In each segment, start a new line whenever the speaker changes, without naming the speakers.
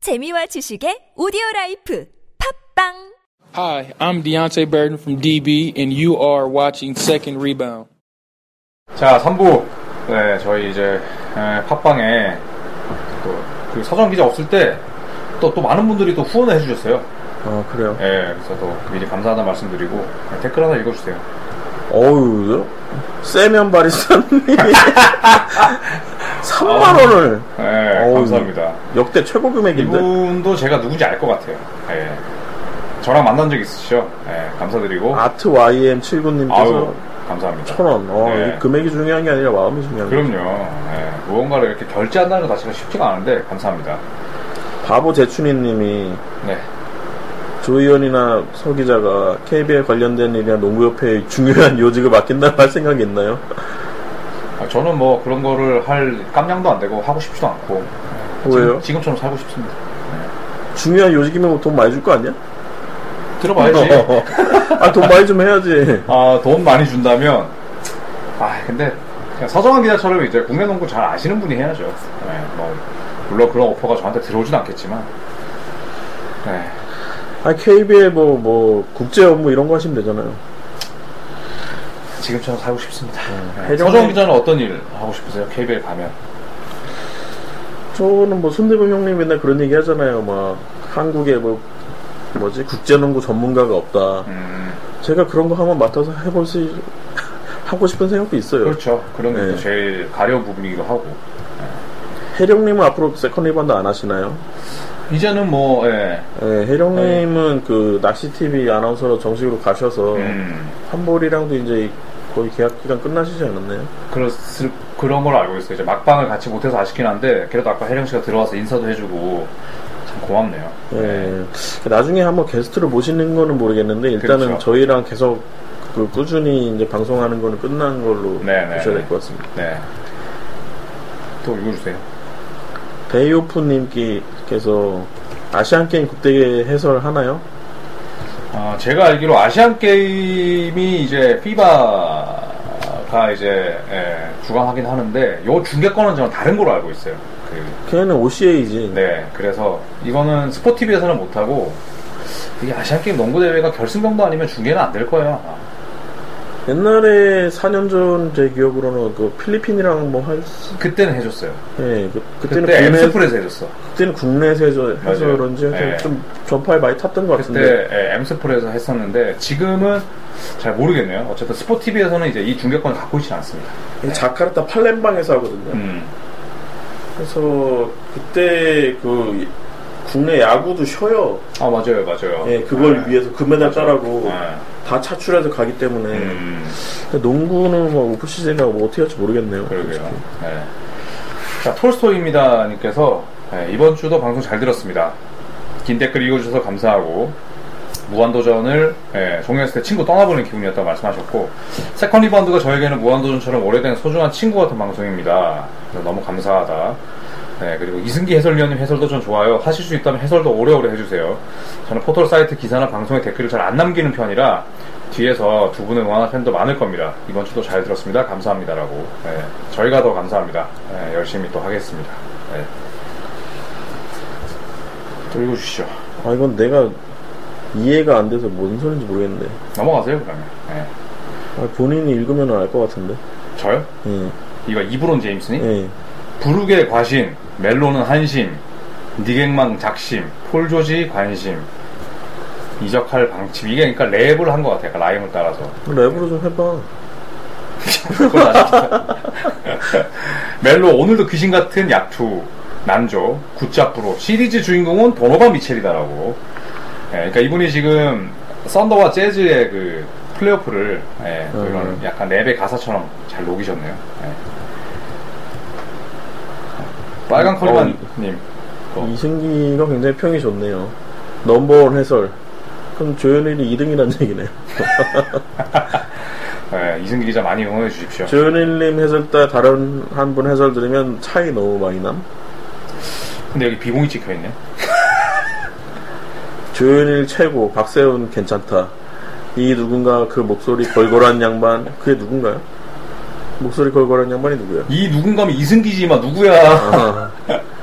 재미와 지식의 오디오 라이프 팝빵
Hi, I'm Deontay Burton from DB, and you are watching Second Rebound.
자, 3부. 네, 저희 이제 에, 팟빵에 또그 서정 기자 없을 때 또 또 많은 분들이 또 후원을 해주셨어요.
아 그래요?
예, 그래서 또 미리 감사하다 말씀드리고 네, 댓글 하나 읽어주세요.
어우 세면 바리스타님 3만
아.
원을
예,
어우,
감사합니다.
역대 최고 금액인데
이분도 제가 누군지 알 것 같아요. 예, 저랑 만난 적 있으시죠? 예, 감사드리고
아트 YM 79님께서
아유, 감사합니다.
천 원. 어,
네.
이 금액이 중요한 게 아니라 마음이 중요한 거.
그럼요. 예, 무언가를 이렇게 결제한다는 것 자체가 쉽지가 않은데 감사합니다.
바보 재춘희님이
네,
조 의원이나 서 기자가 KB에 관련된 일이나 농구협회의 중요한 요직을 맡긴다고 할 생각이 있나요?
아, 저는 뭐 그런 거를 할 깜냥도 안 되고 하고 싶지도 않고
왜요?
지금, 처럼 살고 싶습니다.
중요한 요직이면 돈 많이 줄 거 아니야?
들어봐야지.
아돈 많이 좀 해야지.
아, 돈 많이 준다면, 아, 근데, 그냥 서정환 기자처럼 이제 국내 농구 잘 아시는 분이 해야죠. 네, 뭐, 물론 그런 오퍼가 저한테 들어오진 않겠지만, 네,
아 KB에 뭐 뭐 국제 업무 이런 거 하시면 되잖아요.
지금처럼 살고 싶습니다. 네,
배정이-
서정환 기자는 어떤 일 하고 싶으세요? KBL 가면.
저는 뭐 손대범 형님 맨날 그런 얘기 하잖아요. 막 한국에 뭐 뭐지 국제농구 전문가가 없다.
음,
제가 그런 거 한번 맡아서 해볼 수 하고 싶은 생각도 있어요.
그렇죠. 그런 게
네.
또 제일 가려운 부분이기도 하고.
해령님은 앞으로 세컨 리반드 안 하시나요?
이제는 뭐, 예.
네, 해령님은 그 낚시 TV 아나운서로 정식으로 가셔서
음,
한볼이랑도 이제 거의 계약 기간 끝나시지 않았나요?
그렇, 그런 걸 알고 있어요. 이제 막방을 같이 못해서 아쉽긴 한데, 그래도 아까 혜령 씨가 들어와서 인사도 해주고, 참 고맙네요.
네. 나중에 한번 게스트로 모시는 거는 모르겠는데 일단은
그렇죠.
저희랑 계속 그 꾸준히 이제 방송하는 거는 끝난 걸로
네, 네,
보셔야
네.
될 것 같습니다.
네. 또 읽어주세요.
베이오프님께서 아시안게임 국대회 해설 하나요?
어, 제가 알기로 아시안 게임이 이제 피바가 이제 예, 주관하긴 하는데 요 중계권은 저는 다른 걸로 알고 있어요. 그,
걔는 OCA이지.
네, 그래서 이거는 스포티비에서는 못 하고 이게 아시안 게임 농구 대회가 결승 정도 아니면 중계는 안 될 거예요. 아마.
옛날에 4년 전 제 기억으로는 그 필리핀이랑 뭐 할, 수-
그때는 해줬어요.
예, 그, 그때는
그때
국내,
엠스프에서 해줬어.
그때는 국내에서 해서,
맞아요.
해서 그런지 하여튼
예.
좀 전파에 많이 탔던 것 같은데.
그때 예, 엠스프에서 했었는데 지금은 잘 모르겠네요. 어쨌든 스포티비에서는 이제 이 중계권을 갖고 있지 않습니다.
이 자카르타 팔렘방에서 하거든요.
음.
그래서 그때 그 국내 야구도 쉬어요.
아 맞아요, 맞아요.
예, 그걸
네.
위해서 금메달 따라고
네.
다 차출해서 가기 때문에.
음,
근데 농구는 뭐 오프 시즌이라고 뭐 어떻게 할지 모르겠네요.
그러게요. 네. 자, 톨스토이입니다님께서 네, 이번 주도 방송 잘 들었습니다. 긴 댓글 읽어주셔서 감사하고 무한도전을 예, 종료했을 때 친구 떠나보는 기분이었다고 말씀하셨고 세컨 리바운드가 저에게는 무한도전처럼 오래된 소중한 친구 같은 방송입니다. 그래서 너무 감사하다. 네, 그리고 이승기 해설위원님 해설도 좀 좋아요. 하실 수 있다면 해설도 오래오래 해주세요. 저는 포털 사이트 기사나 방송에 댓글을 잘 안 남기는 편이라 뒤에서 두 분을 응원하는 팬도 많을 겁니다. 이번 주도 잘 들었습니다. 감사합니다라고. 네, 저희가 더 감사합니다. 네, 열심히 또 하겠습니다. 네. 또 읽어주시죠.
아 이건 내가 이해가 안 돼서 뭔 소린지 모르겠는데
넘어가세요 그러면. 네.
아, 본인이 읽으면 알 것 같은데
저요?
예,
이거 이브론 제임스님?
예.
부르게 과신, 멜로는 한심, 니갱망 작심, 폴조지 관심, 이적할 방침. 이게 그러니까 랩을 한 것 같아요. 그러니까 라임을 따라서.
랩으로 좀 해봐
그걸 다시 기사. 멜로 오늘도 귀신 같은 약투 남조 굿잡프로 시리즈 주인공은 도노바 미첼이다라고. 예, 그러니까 이분이 지금 썬더와 재즈의 그 플레이오프를 예, 또 이런
음.
약간 랩의 가사처럼 잘 녹이셨네요. 예. 빨간 커리만님 어.
이승기가 굉장히 평이 좋네요 넘버원 해설 그럼 조현일이 2등이란 얘기네요
예, 이승기 기자 많이 응원해 주십시오.
조현일님 해설다 다른 한 분 해설 들으면 차이 너무 많이 남
근데 여기 비공이 찍혀 있네.
조현일 최고 박세훈 괜찮다 이 누군가 그 목소리 걸걸한 양반 그게 누군가요? 목소리 걸걸한 양반이 누구예요?
이 누군가면 이승기지만 누구야?
아,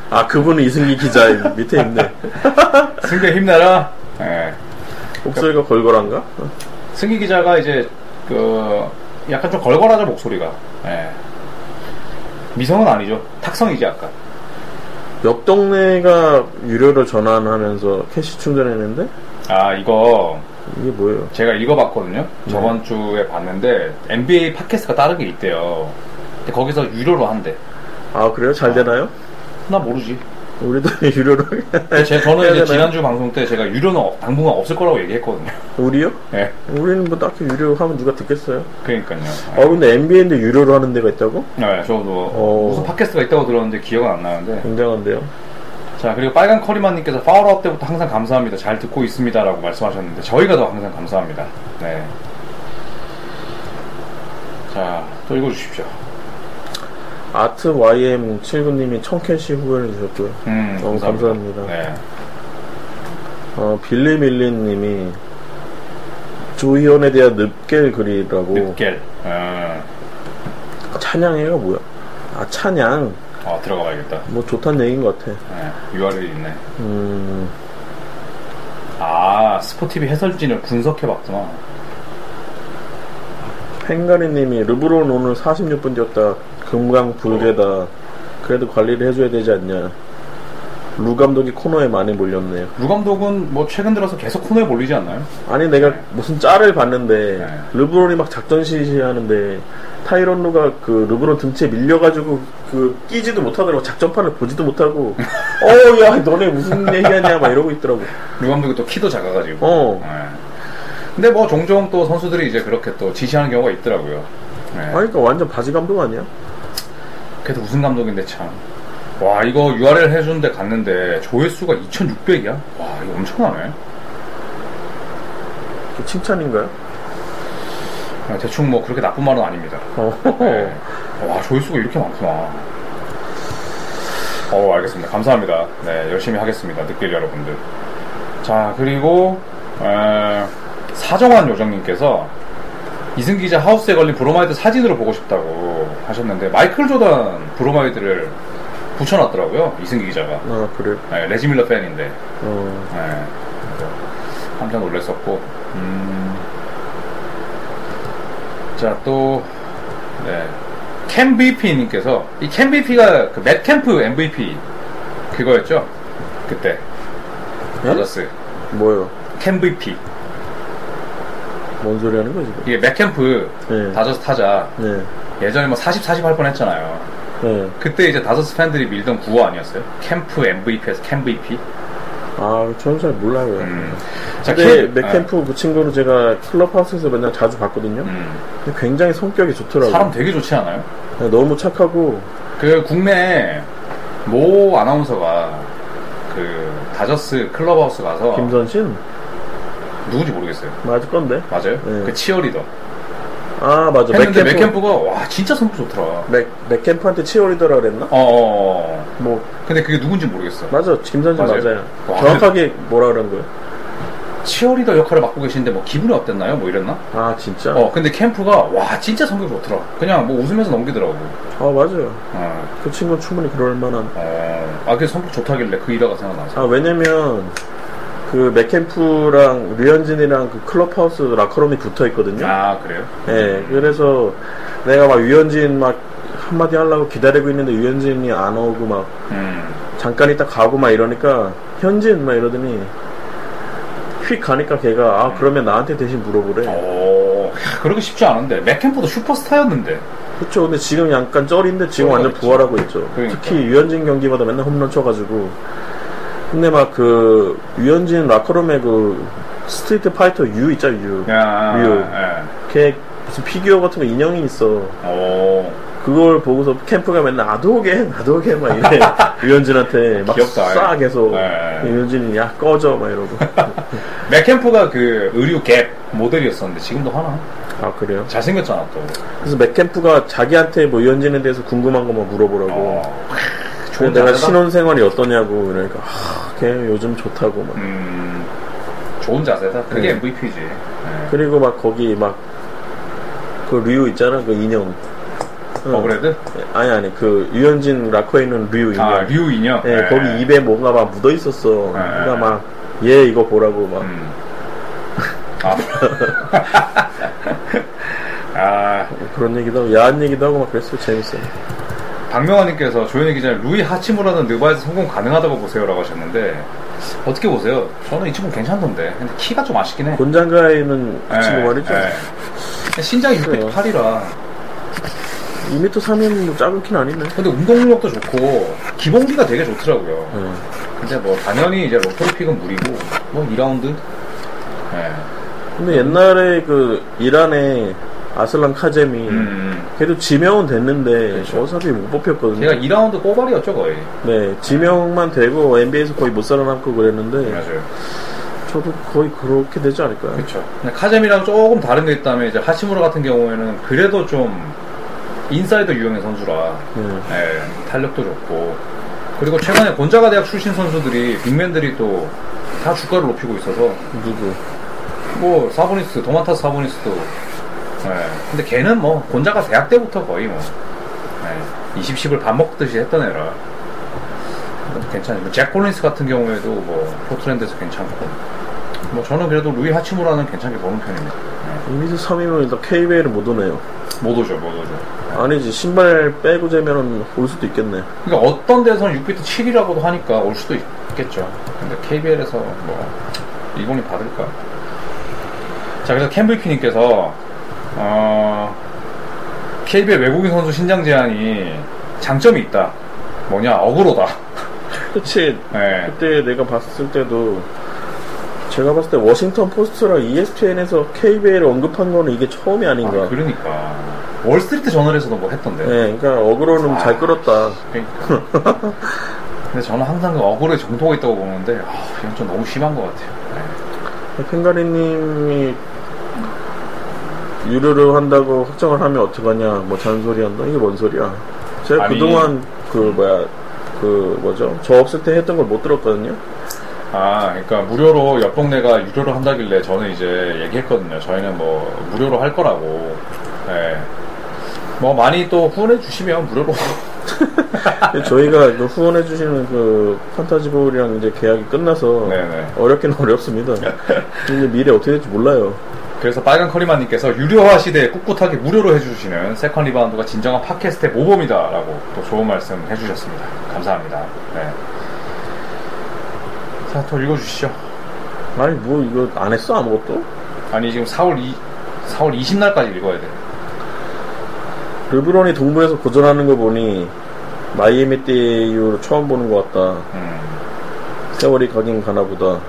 아 그분은 이승기 기자 밑에 있네.
승기 힘내라. 예.
목소리가 걸걸한가?
승기 기자가 이제 그 약간 좀 걸걸하죠 목소리가. 예. 미성은 아니죠. 탁성이지 아까.
옆 동네가 유료로 전환하면서 캐시 충전했는데
아 이거
이게 뭐예요?
제가 읽어봤거든요.
네.
저번 주에 봤는데 NBA 팟캐스트가 다른 게 있대요. 근데 거기서 유료로 한대.
아 그래요? 잘 되나요?
나 모르지.
우리도 유료로
근데 제,
해야
저는 이제
되나요?
지난주 방송 때 제가 유료는 어- 당분간 없을 거라고 얘기했거든요.
우리요?
예.
우리는 뭐 딱히 유료 하면 누가 듣겠어요?
그러니까요.
아 근데 NBA인데 유료로 하는 데가 있다고?
네, 저도
어.
무슨 팟캐스트가 있다고 들었는데 기억은 안 나는데.
굉장한데요.
자, 그리고 빨간 커리만님께서 파워업 때부터 항상 감사합니다. 잘 듣고 있습니다라고 말씀하셨는데 저희가 더 항상 감사합니다. 네. 자, 또 읽어주십시오.
아트 YM 79님이 청캐시 후원해 주셨고요.
음,
너무 어, 감사합니다.
네.
어, 빌리밀리님이 조이언에 대한 늪겔 글이라고
늑겔. 음,
찬양회가 뭐야? 아 찬양
어, 들어가 봐야겠다.
뭐 좋다는 얘기인 것 같아.
네, URL 있네.
음,
아, 스포티비 해설진을 분석해봤구나.
펭가리님이 르브론 오늘 46분 뛰었다. 금강 불개다. 그래도 관리를 해줘야 되지 않냐. 루 감독이 코너에 많이 몰렸네요.
루 감독은 뭐 최근 들어서 계속 코너에 몰리지 않나요?
아니 내가 무슨 짤을 봤는데
네.
르브론이 막 작전 실시하는데 타이런 루가 그 르브론 등치에 밀려가지고 그 끼지도 못하더라고 작전판을 보지도 못하고 어야 너네 무슨 얘기하냐 막 이러고 있더라고
류 감독이 또 키도 작아가지고.
어
예. 근데 뭐 종종 또 선수들이 이제 그렇게 또 지시하는 경우가 있더라고요. 예.
아니 그러니까 완전 바지 감독 아니야?
그래도 우승 감독인데 참. 와 이거 URL 해주는데 갔는데 조회수가 2,600이야. 와 이거 엄청나네.
그 칭찬인가요?
아, 대충 뭐 그렇게 나쁜 말은 아닙니다.
어.
예. 와 조회수가 이렇게 많구나. 어 알겠습니다. 감사합니다. 네 열심히 하겠습니다. 느낄 여러분들. 자 그리고 에, 사정환 요정님께서 이승 기자 하우스에 걸린 브로마이드 사진으로 보고 싶다고 하셨는데 마이클 조던 브로마이드를 붙여놨더라고요 이승기 기자가
아 그래
네, 레지 밀러 팬인데
어
네. 깜짝 놀랐었고, 음. 자, 또, 네. 캠비피님께서, 이 캠비피가 그 맷캠프 MVP 그거였죠? 그때.
예?
다저스.
뭐요?
캠비피.
뭔 소리 하는 거지?
이게 맷캠프
예.
다저스 타자.
네.
예전에 뭐 40, 40 할 뻔 했잖아요.
네.
그때 이제 다저스 팬들이 밀던 구호 아니었어요? 캠프 MVP에서 캠비피?
아 저는 잘 몰라요.
음. 아. 자,
근데
캠-
맥캠프 그 친구는 제가 클럽하우스에서 맨날 자주 봤거든요.
아, 음.
근데 굉장히 성격이 좋더라고요.
네. 사람 되게 좋지 않아요?
네, 너무 착하고
그 국내 모 아나운서가 그 다저스 클럽하우스 가서
김선신
누군지 모르겠어요.
맞을 건데.
맞아요?
네.
그 치어리더
아 맞아.
했는데
맥캠프
맥캠프가 와 진짜 성격 좋더라.
맥 맥캠프한테 치어리더라 그랬나?
어, 어,
뭐
근데 그게 누군지 모르겠어.
맞아. 김선신
맞아요.
맞아요.
와,
정확하게 뭐라 그런 거예요?
치어리더 역할을 맡고 계시는데 뭐 기분이 어땠나요? 뭐 이랬나?
아 진짜.
어, 근데 캠프가 와 진짜 성격 좋더라. 그냥 뭐 웃으면서 넘기더라고.
아 맞아요.
어,
그 친구 는 충분히 그럴 만한.
어, 아, 그 성격 좋다길래 그 일화가 생각나서.
아 왜냐면 그 맥캠프랑 류현진이랑 그 클럽하우스 라커룸이 붙어 있거든요.
아, 그래요?
예, 그래서 내가 막 유현진 막 한마디 하려고 기다리고 있는데 유현진이 안 오고 막
음,
잠깐 있다 가고 막 이러니까 현진 막 이러더니 휙 가니까 걔가
음.
아 그러면 나한테 대신 물어보래.
오, 그렇게 쉽지 않은데 맥캠프도 슈퍼스타였는데.
그쵸 근데 지금 약간 쩔인데 지금 완전 부활하고 있죠.
그러니까.
특히 유현진 경기마다 맨날 홈런 쳐가지고 근데 막 그 유현진 라커룸에 그 스트리트 파이터 유 있잖아 유.
야,
리오.
예.
걔 무슨 피규어 같은 거 인형이 있어.
오,
그걸 보고서 캠프가 맨날 나도 오게 나도 오게 막 이래 유현진한테 막
귀엽다,
쏴
예.
계속
예, 예.
유현진이 야 꺼져 막 이러고
맥캠프가 그 의류 갭 모델이었었는데 지금도 하나?
아 그래요?
잘생겼잖아 또.
그래서 맥캠프가 자기한테 뭐 유현진에 대해서 궁금한 것만 물어보라고
어.
그래서
좋은
내가
자세다.
신혼생활이 어떠냐고 그러니까 아, 걔 요즘 좋다고 막
음, 좋은 자세다. 그게
네.
MVP지.
그리고 막 거기 막 그 류 있잖아 그 인형
버블헤드?
아니 아니 그 유현진 락커에 있는 류 인형.
아, 류 인형.
예,
예.
거기 입에 뭔가 막 묻어 있었어.
네.
그러니까 막 얘 이거 보라고 막
음. 아. 아,
그런 얘기도 하고 야한 얘기도 하고 막 그랬어 재밌어요.
박명환님께서 조현희 기자님 루이 하치무라는 느바에서 성공 가능하다고 보세요라고 하셨는데 어떻게 보세요? 저는 이 친구 괜찮던데 근데 키가 좀 아쉽긴 해.
곤장가에 있는 그
네,
친구 말이죠.
예. 신장이 6m 8이라
2m 3은 뭐 작은 키는 아니네.
근데 운동 능력도 좋고 기본기가 되게 좋더라고요.
예.
근데 뭐 당연히 이제 로터리 픽은 무리고 뭐 2라운드 예.
근데 옛날에 그 이란의 아슬란 카제미
음.
걔도 지명은 됐는데
그렇죠.
어차피 못 뽑혔거든요.
제가 2라운드 꼬발이었죠 거의
네, 지명만 되고 NBA에서 거의 못 살아남고 그랬는데
맞아요
저도 거의 그렇게 되지 않을까요?
네. 그렇죠 근데 카제미랑 조금 다른 게 있다면 이제 하시무라 같은 경우에는 그래도 좀 인사이드 유형의 선수라
네.
예, 탄력도 좋고 그리고 최근에 곤자가 대학 출신 선수들이 빅맨들이 또 다 주가를 높이고 있어서
누구?
뭐 사보니스 도마타스 사보니스도 예, 근데 걔는 뭐 곤자가 대학 때부터 거의 뭐 예, 20, 10을 밥 먹듯이 했던 애라 괜찮아요 뭐잭 콜린스 같은 경우에도 뭐 포트랜드에서 괜찮고 뭐 저는 그래도 루이 하치무라는 괜찮게 보는 편입니다
2m 3이면 일단 KBL을 못 오네요.
못 오죠 못 오죠
아니지 신발 빼고 재면은 올 수도 있겠네.
그러니까 어떤 데서는 6비트 7이라고도 하니까 올 수도 있겠죠. 근데 KBL에서 뭐 일본이 받을까? 자 그래서 캠블키님께서 어, KBL 외국인 선수 신장 제한이 장점이 있다. 뭐냐 억울하다.
그치
예.
그때 내가 봤을 때도 제가 봤을 때 워싱턴 포스트랑 E ESPN에서 KBL을 언급한 거는 이게 처음이
아,
아닌가.
그러니까 월스트리트 저널에서도 뭐 했던데.
네, 그러니까 어그로는
아.
잘 끌었다.
그러니까. 근데 저는 항상 그 억울의 정도가 있다고 보는데 아, 이건 좀 너무 심한 것 같아요. 예.
펭가리님이 유료로 한다고 확정을 하면 어떡하냐, 뭐 잔소리 한다, 이게 뭔 소리야. 제가
아니.
그동안 그 뭐야, 그 뭐죠, 저 없을 때 했던 걸 못 들었거든요.
아, 그러니까 무료로 옆 동네가 유료로 한다길래 저는 이제 얘기했거든요. 저희는 뭐 무료로 할 거라고. 예. 뭐 많이 또 후원해 주시면 무료로.
근데 저희가 그 후원해주시는 그 판타지볼이랑 이제 계약이 끝나서
네네.
어렵긴 어렵습니다. 이제 미래 어떻게 될지 몰라요.
그래서 빨간 커리마님께서 유료화 시대에 꿋꿋하게 무료로 해주시는 세컨 리바운드가 진정한 팟캐스트의 모범이다라고 또 좋은 말씀 해주셨습니다. 감사합니다. 네. 자, 또 읽어주시죠.
아니 뭐 이거 안 했어 아무것도?
아니 지금 4월 2 4월 20날까지 읽어야 돼.
르브론이 동부에서 고전하는 거 보니 마이애미 때 이후로 처음 보는 것 같다.
음,
세월이 가긴 가나 보다.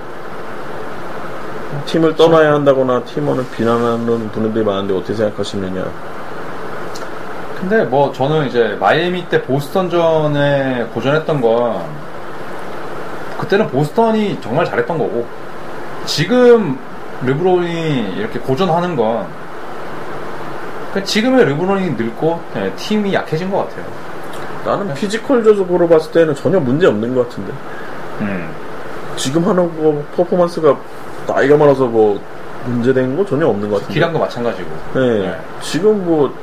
팀을 떠나야 한다거나 팀원을 비난하는 분들이 많은데 어떻게 생각하시느냐.
근데 뭐 저는 이제 마이애미 때 보스턴전에 고전했던 건 그때는 보스턴이 정말 잘했던 거고 지금 르브론이 이렇게 고전하는 건 그러니까 지금의 르브론이 늙고 예, 팀이 약해진 것 같아요.
나는 피지컬적으로 봤을 때는 전혀 문제 없는 것 같은데.
음,
지금 하는 거 퍼포먼스가 나이가 많아서 뭐 문제된 거 전혀 없는 것 같은데.
기량도 마찬가지고.
네.
네.
지금 뭐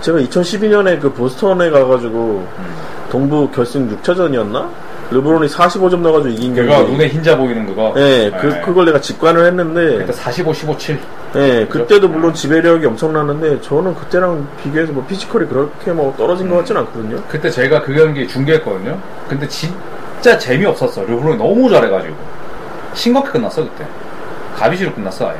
제가 2012년에 그 보스턴에 가가지고
음.
동부 결승 6차전이었나? 르브론이 45점 넣어가지고 이긴 경기.
그거 눈에 흰자 보이는 그거.
네, 그,
예.
그걸 내가 직관을 했는데.
그때 45, 15, 7.
예,
그죠?
그때도 물론 지배력이 엄청나는데 저는 그때랑 비교해서 뭐 피지컬이 그렇게 뭐 떨어진 것 같진 않거든요.
그때 제가 그 경기 중계했거든요. 근데 진짜 재미없었어. 르브론이 너무 잘해가지고. 심각하게 끝났어, 그때. 가비지로 끝났어, 아예.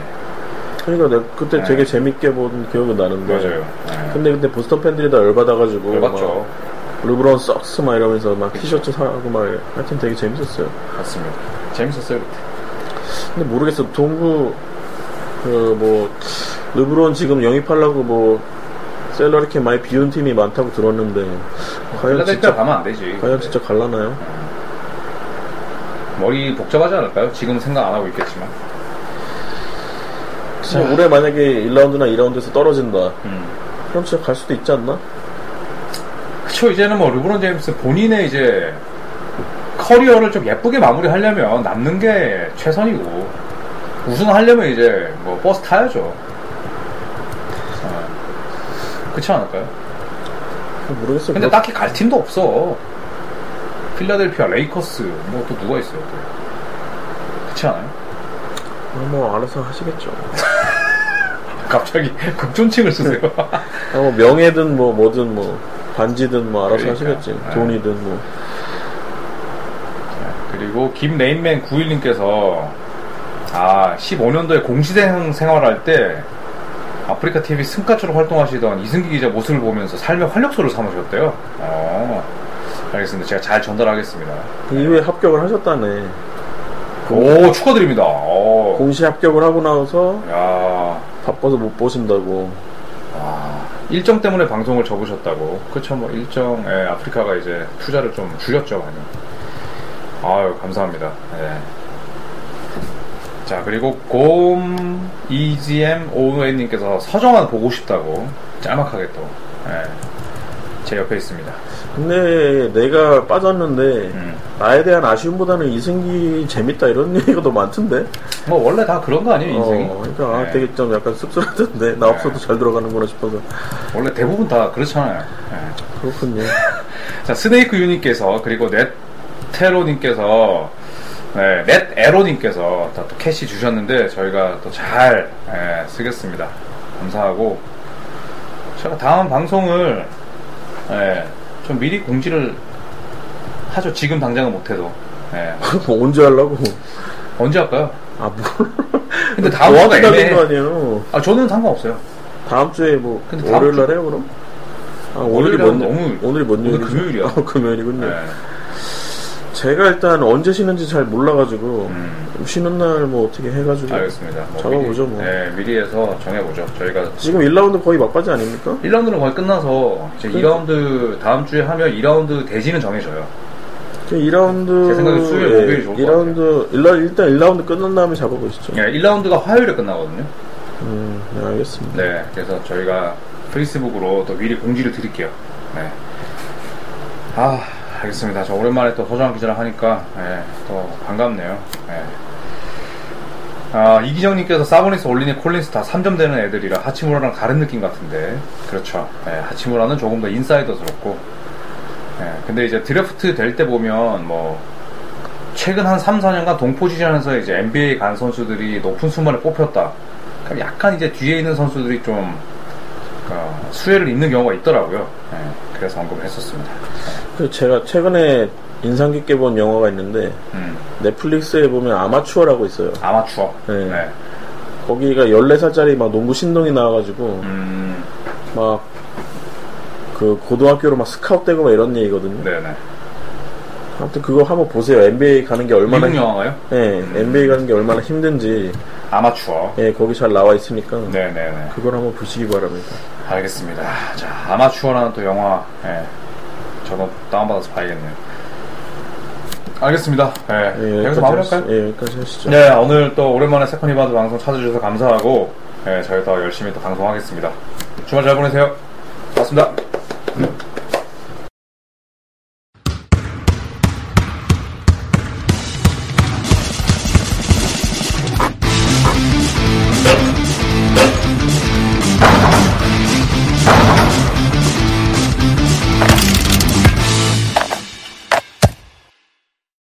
그러니까 내가 그때
네.
되게 재밌게 본 기억이 나는데.
네.
근데 그때 보스턴 팬들이 다 열받아가지고
열받죠.
막 르브론 썩스 막 이러면서 막 티셔츠 사고 막 이래. 하여튼 되게 재밌었어요.
맞습니다. 재밌었어요, 그때.
근데 모르겠어 동부 그 뭐 르브론 지금 영입하려고 뭐 셀러리캡 많이 비운 팀이 많다고 들었는데 과연
필라델피아
진짜
가면 안 되지.
과연 진짜 갈라나요?
머리 복잡하지 않을까요? 지금 생각 안 하고 있겠지만.
진짜 올해 만약에 1라운드나 2라운드에서 떨어진다.
음.
그럼 진짜 갈 수도 있지 않나?
그쵸, 이제는 뭐, 르브론 제임스 본인의 이제, 커리어를 좀 예쁘게 마무리하려면 남는 게 최선이고, 우승하려면 이제, 뭐, 버스 타야죠. 아, 그렇지 않을까요?
모르겠어요. 뭐,
근데
그렇-
딱히 갈 팀도 없어. 필라델피아, 레이커스, 뭐 또 누가 있어요, 또. 그렇지 않아요?
뭐 알아서 하시겠죠.
갑자기 극존칭을 쓰세요.
아, 뭐 명예든 뭐 뭐든 뭐 반지든 뭐 알아서
그러니까.
하시겠지.
아.
돈이든 뭐.
그리고 김레인맨 91님께서 아 15년도에 공시생 생활할 때 아프리카 TV 승가처로 활동하시던 이승기 기자 모습을 보면서 삶의 활력소를 삼으셨대요. 어, 알겠습니다. 제가 잘 전달하겠습니다.
그 이후에 합격을 하셨다네.
오 축하드립니다. 오,
공시 합격을 하고 나서
야
바빠서 못 보신다고.
일정 때문에 방송을 접으셨다고. 그렇죠. 뭐 일정 예, 아프리카가 이제 투자를 좀 줄였죠 많이. 아유 감사합니다. 예. 자 그리고 곰 EGM 오우에님께서 서정환 보고 싶다고 짤막하게 또. 예. 제 옆에 있습니다.
근데 내가 빠졌는데
음.
나에 대한 아쉬움보다는 이승기 재밌다 이런 얘기가 더 많던데.
뭐 원래 다 그런 거 아니에요 인생이?
어, 그러니까 아,
예.
되게 좀 약간 씁쓸하던데
네.
나 없어도 잘 들어가는구나 싶어서
원래 대부분 다 그렇잖아요. 예.
그렇군요.
자, 스네이크 유님께서, 그리고 넷테로님께서, 네, 넷에로님께서 다 또 캐시 주셨는데, 저희가 또 잘 예, 쓰겠습니다. 감사하고, 제가 다음 방송을, 예, 좀 미리 공지를 하죠. 지금 당장은 못해도. 예.
뭐 언제 하려고?
언제 할까요?
아 뭘?
근데 다음 주가
정확히 다른
애매해.
뭐 거 아니에요.
아, 저는 상관없어요.
다음 주에 뭐
근데 다음
월요일
주-
날 해요 그럼? 아, 오늘이 뭔
월요일은 너무-
오늘이 뭔
오늘
요일이죠?
금요일이야.
아, 금요일이군요.
예.
제가 일단 언제 쉬는지 잘 몰라가지고
음.
쉬는 날 뭐 어떻게 해가지고
알겠습니다. 뭐
잡아보죠,
미리,
뭐.
예, 미리 해서 정해보죠. 저희가
지금 1라운드 거의 막바지 아닙니까?
1라운드는 거의 끝나서 이제 2라운드 다음 주에 하면 2라운드 대진은 정해져요.
지금 2라운드 예,
제 생각엔 수요일, 목요일이 좋을 것
2라운드 일라, 일단 1라운드 끝난 다음에 잡아보시죠.
예, 1라운드가 화요일에 끝나거든요.
음, 네, 알겠습니다.
네, 그래서 저희가 페이스북으로 또 미리 공지를 드릴게요. 네. 아, 알겠습니다. 저 오랜만에 또 서정환 기자랑 하니까 예, 또 반갑네요. 예. 아, 이기정님께서 사보니스 올리니 콜린스 다 3점 되는 애들이라 하치무라랑 다른 느낌 같은데 그렇죠. 예, 하치무라는 조금 더 인사이더스럽고 예, 근데 이제 드래프트 될 때 보면 뭐 최근 한 3, 4년간 동포지션에서 이제 NBA 간 선수들이 높은 수만에 뽑혔다. 그럼 약간 이제 뒤에 있는 선수들이 좀 그러니까 수혜를 입는 경우가 있더라고요. 예, 그래서 언급을 했었습니다.
그 제가 최근에 인상 깊게 본 영화가 있는데
음,
넷플릭스에 보면 아마추어라고 있어요.
아마추어.
네.
네.
거기가 14살짜리 막 농구 신동이 나와가지고
음,
막 그 고등학교로 막 스카웃되고 막 이런 얘기거든요.
네네.
아무튼 그거 한번 보세요. NBA 가는 게 얼마나
미국 영화가요?
예, NBA 가는 게 얼마나 힘든지
아마추어.
예, 거기 잘 나와 있으니까
네네네.
그걸 한번 보시기 바랍니다.
알겠습니다. 자, 아마추어라는 또 영화, 예. 저도 다운받아서 봐야겠네요. 알겠습니다. 예. 여기서
여기까지
마무리할까요?
하시- 예, 여기까지 하시죠.
네, 오늘 또 오랜만에 세컨이바드 방송 찾아주셔서 감사하고, 네, 예, 저희 더 열심히 또 방송하겠습니다. 주말 잘 보내세요. 고맙습니다.